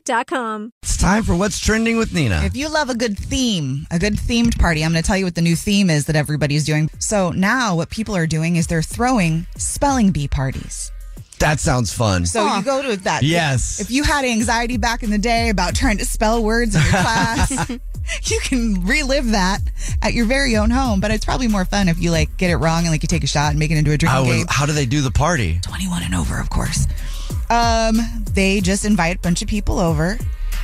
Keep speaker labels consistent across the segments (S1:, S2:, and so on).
S1: dot com.
S2: It's time for What's Trending with Nina.
S3: If you love a good theme, a good themed party, I'm going to tell you what the new theme is that everybody's doing. So now what people are doing is they're throwing spelling bee parties.
S2: That sounds fun.
S3: So you go to that.
S2: Yes.
S3: If you had anxiety back in the day about trying to spell words in your class, you can relive that at your very own home. But it's probably more fun if you like get it wrong and like you take a shot and make it into a
S2: How,
S3: drinking game.
S2: how do they do the party?
S3: 21 and over, of course. Um, they just invite a bunch of people over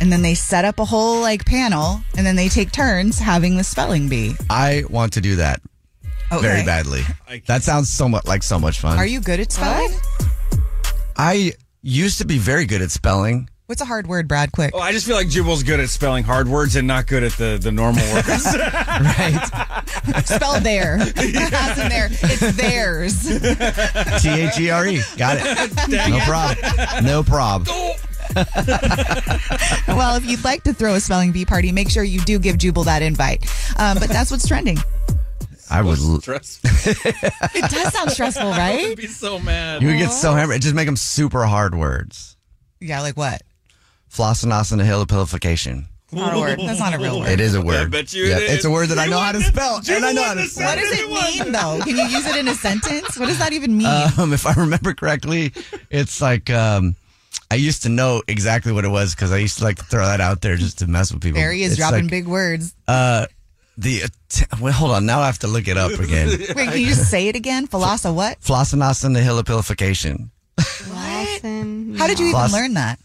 S3: and then they set up a whole like panel and then they take turns having the spelling bee.
S2: I want to do that very
S3: Okay.
S2: badly. That sounds so mumuch like so much fun.
S3: Are you good at spelling?
S2: I used to be very good at spelling.
S3: What's a hard word, Brad? Quick.
S4: Oh, I just feel like Jubal's good at spelling hard words and not good at the, the normal words.
S2: Right.
S3: Spell there. As in there. It's theirs.
S2: T H E R E. Got it. No problem. No problem.
S3: Well, if you'd like to throw a spelling bee party, make sure you do give Jubal that invite. Um, but that's what's trending.
S2: I would. l-
S4: Trust
S3: It does sound stressful, right?
S4: be so mad.
S2: You would get so hammered. Just make them super hard words.
S3: Yeah, like what?
S2: Flossinasana hillipilification.
S3: Not a word. That's not a real word.
S2: It is a word.
S4: bet you
S2: Yeah,
S4: it
S2: It's a
S4: is.
S2: word that I know how to spell, and I know how to
S4: wouldn't
S2: spell.
S3: What
S2: it.
S3: does it mean, though? Can you use it in a sentence? What does that even mean?
S2: Um, if I remember correctly, it's like um, I used to know exactly what it was because I used to like to throw that out there just to mess with people.
S3: Barry is
S2: It's
S3: dropping
S2: like
S3: big words.
S2: The att- well, hold on. Now I have to look it up again.
S3: Wait, can you just say it again? Philosopher what?
S2: Flossinasana hillipilification.
S5: Lawson.
S3: How did you even
S2: Philosoph-
S3: learn that?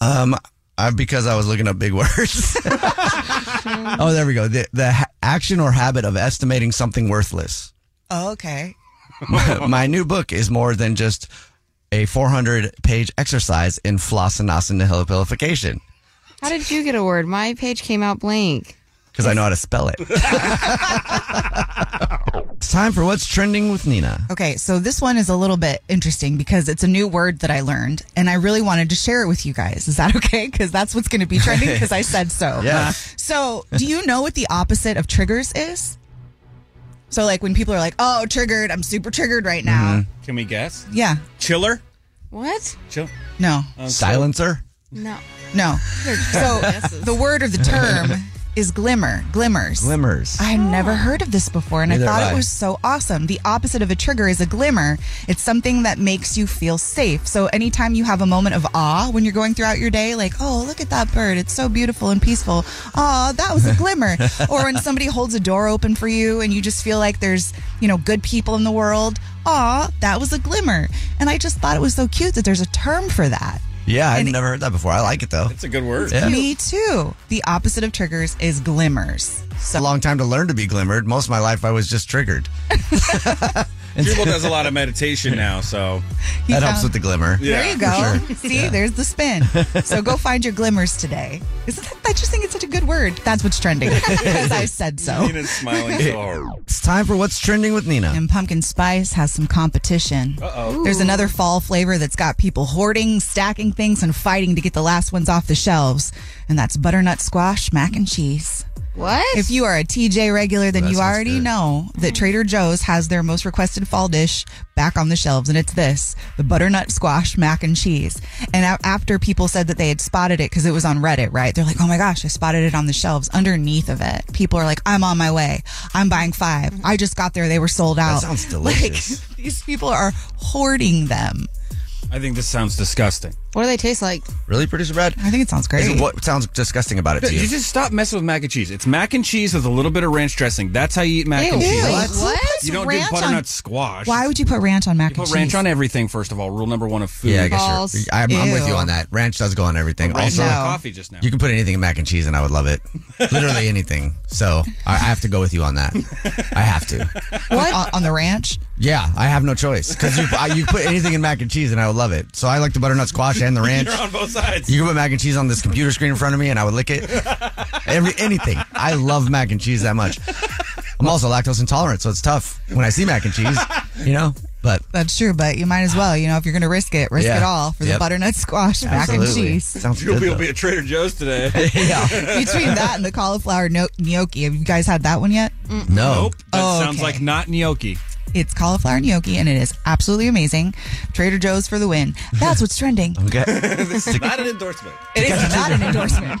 S2: Um, I, because I was looking up big words. oh, there we go. The, the ha- action or habit of estimating something worthless.
S3: Oh, okay.
S2: My new book is more than just a 400 page exercise in flossinasana hillipilification
S5: How did you get a word? My page came out blank.
S2: because I know how to spell it. it's time for what's trending with Nina.
S3: Okay, so this one is a little bit interesting because it's a new word that I learned and I really wanted to share it with you guys. Is that okay? Because that's what's going to be trending because I said so.
S2: Yeah.
S3: So, do you know what the opposite of triggers is? So, like when people are like, oh, triggered, I'm super triggered right now.
S2: Mm-hmm.
S4: Can we guess?
S3: Yeah.
S4: Chiller?
S5: What?
S4: Chill.
S3: No,
S2: Silencer.
S5: No.
S3: no. So, the word or the term is glimmer, glimmers.
S2: Glimmers.
S3: I had never heard of this before, and
S2: Neither
S3: I thought
S2: have I.
S3: it was so awesome. The opposite of a trigger is a glimmer. It's something that makes you feel safe. So anytime you have a moment of awe when you're going throughout your day, like, oh, look at that bird. It's so beautiful and peaceful. Aw, that was a glimmer. or when somebody holds a door open for you and you just feel like there's, you know, good people in the world. Aw, that was a glimmer. And I just thought it was so cute that there's a term for that.
S2: Yeah, I've never heard that before. I like it though.
S4: That's a good word.
S2: Yeah.
S3: Me too. The opposite of triggers is glimmers.
S2: It's a long time to learn to be glimmered. Most of my life I was just triggered.
S4: Jubal does a lot of meditation now, so
S3: He
S2: that helps
S3: found-
S2: with the glimmer.
S4: Yeah.
S3: there you
S4: for
S3: go. See, there's the spin. So go find your glimmers today. Isn't that, I just think it's such a good word. That's what's trending because I said so.
S4: Nina's smiling so hard.
S2: It's time for what's trending with Nina.
S3: And pumpkin spice has some competition.
S4: Uh-oh.
S3: There's another fall flavor that's got people hoarding, stacking things, and fighting to get the last ones off the shelves, and that's butternut squash mac and cheese.
S5: What?
S3: If you are a TJ regular, then
S2: That
S3: you
S2: sounds
S3: already
S2: good.
S3: know that Trader Joe's has their most requested fall dish back on the shelves, and it's this the butternut squash mac and cheese. And a- after people said that they had spotted it because it was on Reddit, right? They're like, oh my gosh, I spotted it on the shelves underneath of it. People are like, I'm on my way. I'm buying five. I just got there. They were sold out.
S2: sounds delicious.
S3: Like, these people are hoarding them.
S4: I think this sounds disgusting.
S5: what do they taste like?
S2: Really, producer Brad?
S3: I think it sounds great.
S2: Is- What sounds disgusting about it to
S4: You
S2: you?
S4: just stop messing with mac and cheese. It's mac and cheese with a little bit of ranch dressing. That's how you eat mac and
S5: Ew,
S4: cheese.
S5: wait,
S3: What?
S5: what?
S4: You don't do
S3: Ranch on-
S4: butternut squash.
S3: Why would you put ranch on mac
S4: you put
S3: and
S4: ranch
S3: cheese?
S4: on everything? First of all, rule number one of food.
S2: Yeah, I guess
S5: Balls.
S2: you're, I'm, I'm with
S3: Ew.
S2: you on that. Ranch does go on everything.
S4: Ranch
S2: Also,
S4: on my
S3: Oh, No.
S4: coffee just now.
S2: you can put anything in mac and cheese, and I would love it. Literally anything. So I, I have to go with you on that. I have to.
S3: What? On, on the ranch?
S2: Yeah, I have no choice because you I, you put anything in mac and cheese, and I would love it. So I like the butternut squash and the ranch.
S4: You're on both sides.
S2: You can put mac and cheese on this computer screen in front of me, and I would lick it. Every anything. I love mac and cheese that much. I'm also lactose intolerant, so it's tough when I see mac and cheese. You know, but
S3: That's true, but you might as well. You know, if you're going to risk it, risk
S2: Yeah.
S3: it all for the
S2: Yep.
S3: butternut squash mac and
S2: absolutely.
S3: cheese.
S2: sounds
S4: You'll
S2: good.
S4: be, you'll
S2: though.
S4: be at Trader Joe's today.
S2: yeah.
S3: Between that and the cauliflower no- gnocchi, have you guys had that one yet?
S2: No.
S4: nope. That
S3: Oh,
S4: sounds
S3: okay.
S4: like not gnocchi.
S3: It's cauliflower gnocchi, and it is absolutely amazing. Trader Joe's for the win. That's what's trending.
S4: Oh,
S2: Okay.
S4: not an endorsement.
S3: It is not an endorsement.